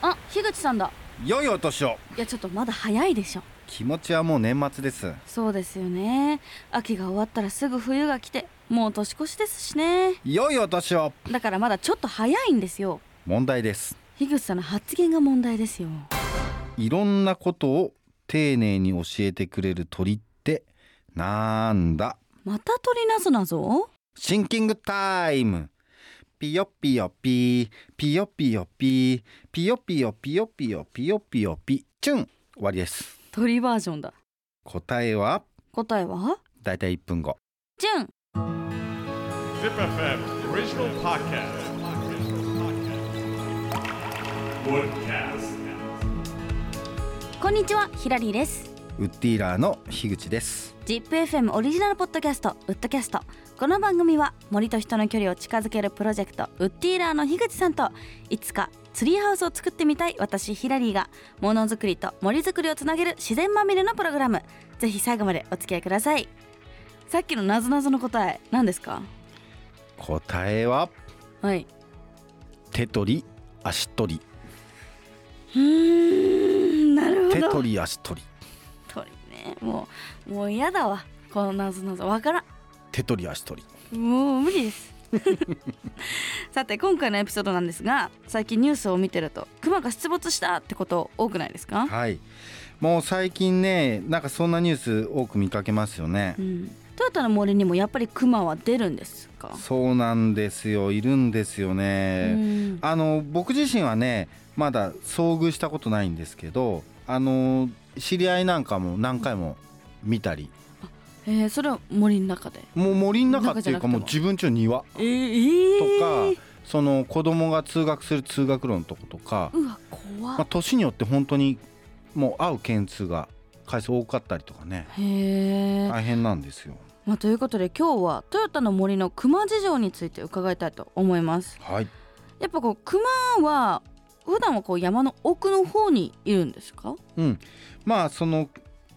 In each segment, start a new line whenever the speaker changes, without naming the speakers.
あ樋口さんだ
良いお年を
いやちょっとまだ早いでしょ
気持ちはもう年末です
そうですよね秋が終わったらすぐ冬が来てもう年越しですしね
良いお年を
だからまだちょっと早いんですよ
問題です
樋口さんの発言が問題ですよ
いろんなことを丁寧に教えてくれる鳥ってなんだ
また鳥なぞなぞ
シンキングタイムピヨピヨピーピヨピヨピーピヨピヨピヨピヨピヨピヨピチュン終わりです
鳥バージョンだ
答えは
答えは
だいたい1分後
じゅん
Zip FM original podcast. Woodcast.
こんにちはヒラリーです
ウッディーラーの樋口です
ZIPFM オリジナルポッドキャストウッドキャストこの番組は森と人の距離を近づけるプロジェクトウッディーラーの樋口さんといつかツリーハウスを作ってみたい私ヒラリーがものづくりと森づくりをつなげる自然まみれのプログラムぜひ最後までお付き合いくださいさっきのなぞなぞの答え何ですか
答えは
はい
手取り足取り
うーんなる
手
ほど
取り足取り
鳥ねもうもう嫌だわこのなぞなぞわからん
手取り足取り
もう無理です さて今回のエピソードなんですが最近ニュースを見てるとクマが出没したってこと多くないですか、
はいもう最近ねなんかそんなニュース多く見かけますよね
うん、トヨタの森にもやっぱりクマは出るんですか、
そうなんですよいるんですよね、
うん
あの僕自身はねまだ遭遇したことないんですけどあの知り合いなんかも何回も見たり
えーそれは森の中で
もう森の中っていうかもう
中
自分家の庭
えー
とか、その子供が通学する通学路のとことか、
うわ怖っ、
まあ、年によって本当にもう会う件数が回数多かったりとかね
へえ、
大変なんですよ
まあ、ということで今日はトヨタの森のクマ事情について伺いたいと思います
はい
やっぱこうクマは普段はこう山の奥の方にいるんですか
うん、まあその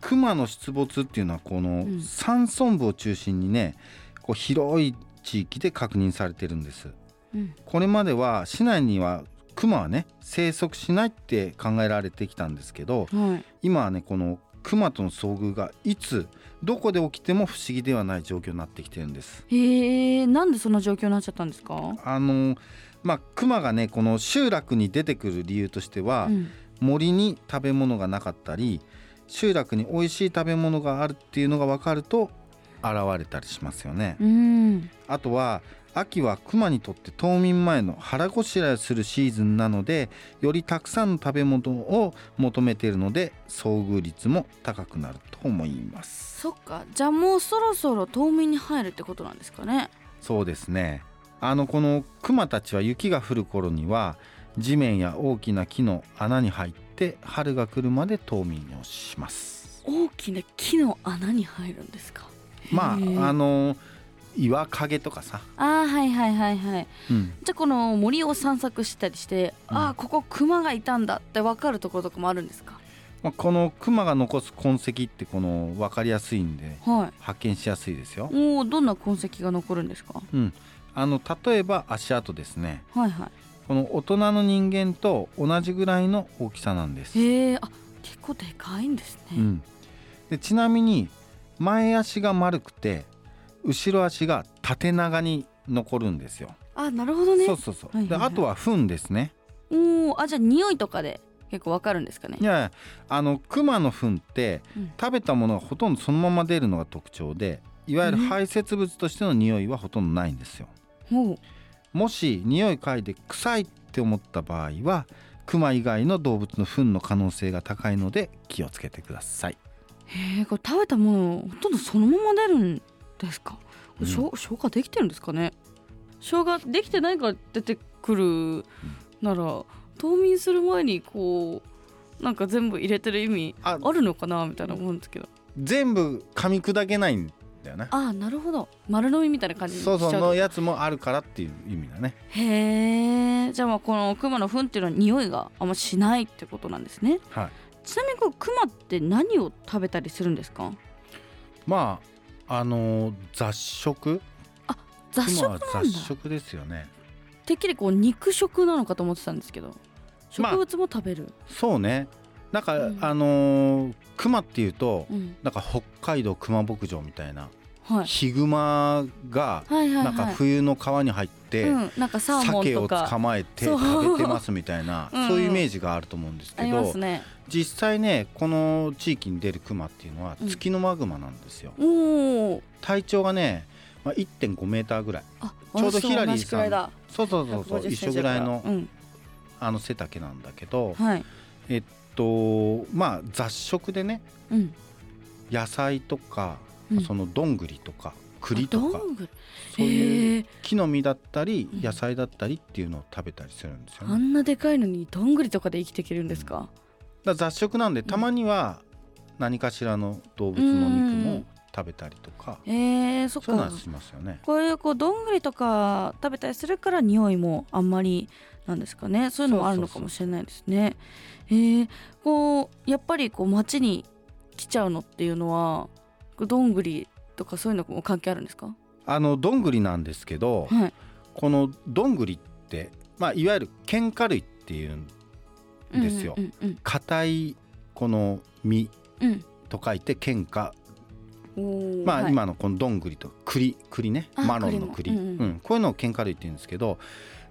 熊の出没っていうのはこの
うん
山村部を中心にねこう広い地域で確認されてるんです
うん
これまでは市内には熊はね生息しないって考えられてきたんですけど
はい
今はねこの熊との遭遇がいつどこで起きても不思議ではない状況になってきてるんです
へえなんでそんな状況になっちゃったんですか、
あのまあ熊がねこの集落に出てくる理由としては、
うん
森に食べ物がなかったり集落に美味しい食べ物があるっていうのが分かると現れたりしますよね、
うん
あとは秋は熊にとって冬眠前の腹ごしらえをするシーズンなのでよりたくさんの食べ物を求めているので遭遇率も高くなると思います
そっかじゃあもうそろそろ冬眠に入るってことなんですかね
そうですねあのこの熊たちは雪が降る頃には地面や大きな木の穴に入って春が来るまで冬眠をします
大きな木の穴に入るんですか
まあ
へえ
あの岩陰とかさ、
あーはいはいはいはい
うん、
じゃあこの森を散策したりして、
うん
ああここクマがいたんだってわかるところとかもあるんですか
まあ、この熊が残す痕跡ってこの分かりやすいんで
はい
発見しやすいですよ。
おおどんな痕跡が残るんですか
うん、あの例えば足跡ですね
はいは
この大人の人間と同じぐらいの大きさなんです
い、へえあ結構でかいんですね、
うん、でちなみに前足が丸くて後ろ足が縦長に残るんですよ。
あなるほどね
そうそうそう、
はいはいはい
であとは糞ですね。
おおあじゃあ匂いとかで結構わかるんですかね
いやいやあの熊の糞って
うん
食べたものがほとんどそのまま出るのが特徴でいわゆる
うん
排泄物としての匂いはほとんどないんですよ
ほう
もし匂い嗅いで臭いって思った場合はクマ以外の動物の糞の可能性が高いので気をつけてください
へえこれ食べたものほとんどそのまま出るんですか、
うん
しょ生姜できてるんですかね生姜できてないから出てくるなら冬眠する前にこうなんか全部入れてる意味
あ
あるのかなみたいな思うんですけど
全部噛み砕けないんだよね
ああなるほど丸飲みみたいな感じにしちゃ
そううそう
と
のやつもあるからっていう意味だね
へえじゃあまあこのクマの糞っていうのは匂いがあんましないってことなんですね
はい
ちなみにこうクマって何を食べたりするんですか
まああのー雑食
雑食
熊
なん
は
だ
雑食ですよね
てっきりこう肉食なのかと思ってたんですけど植物も食べる、
そうねなんか、
うん
あのー熊っていうと
うん
なんか北海道熊牧場みたいな、
はい、
ヒグマが
はいはいはい
なんか冬の川に入って、
うん、なんかサーモン
鮭
と
を
か
捕まえて
そう
食べてますみたいな
うん
そういうイメージがあると思うんです
あ
け
り
ど、
ますね
実際ねこの地域に出るクマっていうのは
うん
ツキノマグマなんですよ、
おお
体長がね、まあ、1.5メーターぐらい
あ
ちょうどヒラリーさん
私と同じくらいだ
そうそうそうそう
150
一緒ぐらいの
センチ
あの背丈なんだけど
だからうんはい
えっとまあ雑食でね
うん
野菜とか、
うん
そのどんぐりとか栗と
あ
か
どんぐり
そういう
へー
木の実だったり
うん
野菜だったりっていうのを食べたりするんですよ
あ
ね。
んなでかいのにどんぐりとかで生きていけるんですか、
だから雑食なんでたまには何かしらの動物の肉も食べたりとか、
えー、そっ
そういうの
か
はしますよね。
こういうこうどんぐりとか食べたりするから匂いもあんまりなんですかねそういうのもあるのかもしれないですね。えー、こうやっぱりこう街に来ちゃうのっていうのはこうどんぐりとかそういうのも関係あるんですか、
あのどんぐりなんですけど、
はい
このどんぐりって、まあ、いわゆる喧嘩類っていうん
うん
ですよ
うんうん
硬いこの実
うん
と書いて喧嘩、
おー
まあ、
はい
今のこのどんぐりと栗栗ね
あ
マロンの栗
栗もうんうん
うんこういうのを喧嘩類って言うんですけど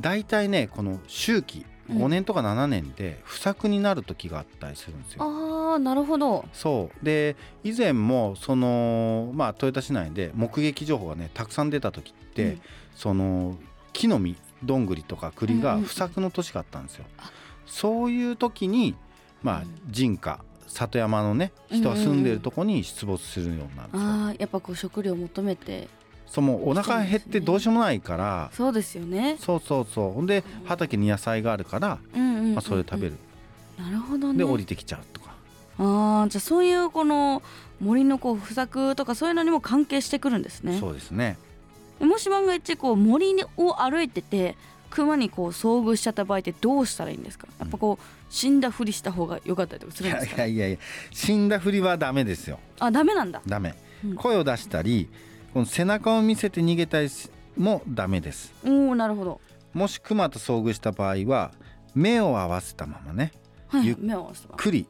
大体ねこの周期
うん
5年とか7年で不作になる時があったりするんですよ。
あーなるほど。
そうで以前もその、まあ、豊田市内で目撃情報がねたくさん出た時って、
うん
その木の実どんぐりとか栗
うん
が
うんうん
不作の年があったんですよ。
あ
そういう時に、まあ
うん、
人家里山のね人が住んでるとこに出没するようになるんですよ。
あーやっぱこう食料求めて
そうもうお腹減ってどうしようもないから
そうですよね。
そうそうそうほんで畑に野菜があるから、
うんうんうんうん
まあ、それを食べる、
なるほどね。
で降りてきちゃうとか
ああじゃあそういうこの森のこう不作とかそういうのにも関係してくるんですね
そうですね
もし万が一こう森を歩いてて熊にこう遭遇しちゃった場合ってどうしたらいいんですかやっぱこう死んだふりした方が良かったりとかす
い
るんで
や
す
い
か
やいやいや死んだふりはダメですよ
あダメなんだ
ダメ、
うん
声を出したりこの背中を見せて逃げたりしもダメです
おおなるほど
もしクマと遭遇した場合は目を合わせたままね
はい
ゆっ
目を合わせた
ゆっくり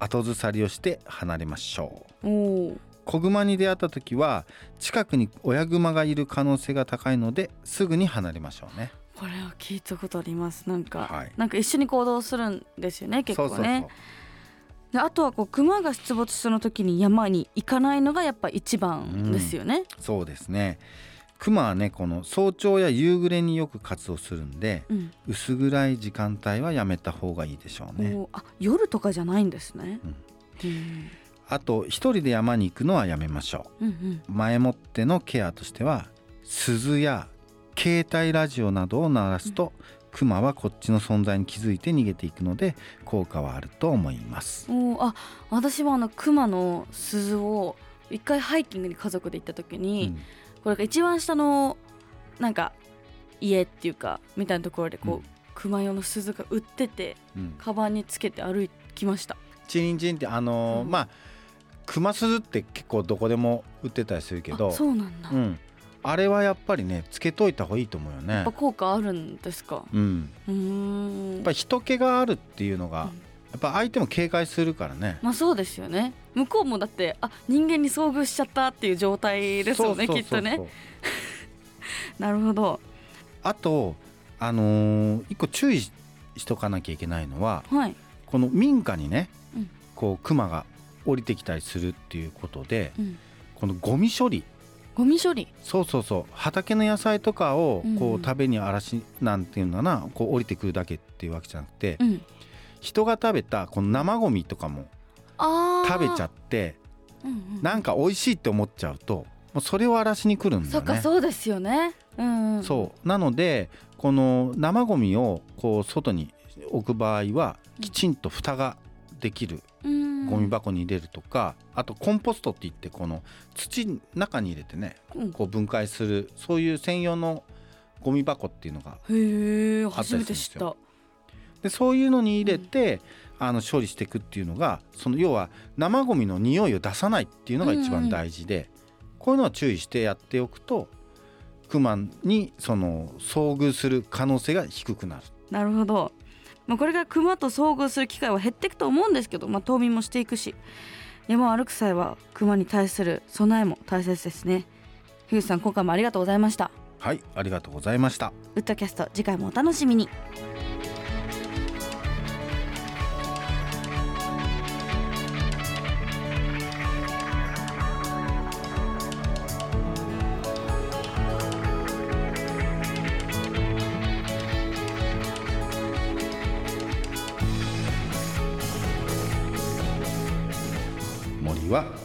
後ずさりをして離れましょう
おお
子グマに出会った時は近くに親グマがいる可能性が高いのですぐに離れましょうね
これは聞いたことありますなんか、
はい
なんか一緒に行動するんですよね結構ね
そうそうそう
であとはこう熊が出没したの時に山に行かないのがやっぱ一番ですよね、
そうですねクマはねこの早朝や夕暮れによく活動するんで
うん
薄暗い時間帯はやめた方がいいでしょうね
おーあ夜とかじゃないんですね。うん
あと一人で山に行くのはやめましょ
うんうん
う前もってのケアとしては鈴や携帯ラジオなどを鳴らすと、クマはこっちの存在に気づいて逃げていくので効果はあると思います
おーあ私はあの熊の鈴を一回ハイキングに家族で行った時
う
に、
ん
これが一番下のなんか家っていうかみたいなところでこう、
うん
熊用の鈴が売ってて
うん
カバンにつけて歩きました。
チリンチリンってあのー
うん
まあクマ鈴って結構どこでも売ってたりするけど
あそうなんだ。
う
や
ん、あれはやっぱりねつけといた方がいいと思うよね
っぱ。効果あるんですか。
うん、
うー
や
ん
っぱ。り人気があるっていうのが、
うん
やっぱ相手も警戒するからね。
まあそうですよね。向こうもだってあ人間に遭遇しちゃったっていう状態ですよね
そうそう
きっ
そう
とね。。なるほど。
あとあのー一個注意ししとかなきゃいけないのは
はい。
この民家にね、
うん
こうクマが降りてきたりするっていうことで
うん、
このゴミ処理
ゴミ処理。
そうそうそう畑の野菜とかを
うん
こ
うん
う食べに荒らしなんていうのかなこう降りてくるだけっていうわけじゃなくて
うん。
人が食べたこの生ゴミとかも
ああ。
食べちゃ
っ
って
た。うんうん、
なんか美味しいって思っちゃうともうそれを荒らしに来るんだ
そ
よ
っか
ね。
そうですよね。うん、うん。
そうなのでこの生ゴミをこう外に置く場合はきちんと蓋ができる
う。うん。
ゴミ。箱に入れるとかあとコンポストっていってこの土の中に入れてね
うん、
こう分解するそういう専用のゴミ箱っていうのが
へえ
あったり
初
する
め
ん
て
で
知
す
った
よ。でそういうのに入れて、あの処理していくっていうのがその要は生ゴミの匂いを出さないっていうのが一
うんうん
番大事で、こういうのは注意してやっておくとクマにその遭遇する可能性が低くなる。
なるほど。まあ、これから熊と遭遇する機会は減っていくと思うんですけど、まあ、冬眠もしていくし山を歩く際は熊に対する備えも大切ですね樋口さん今回もありがとうございました
はいありがとうございました
ウッドキャスト次回もお楽しみに
森は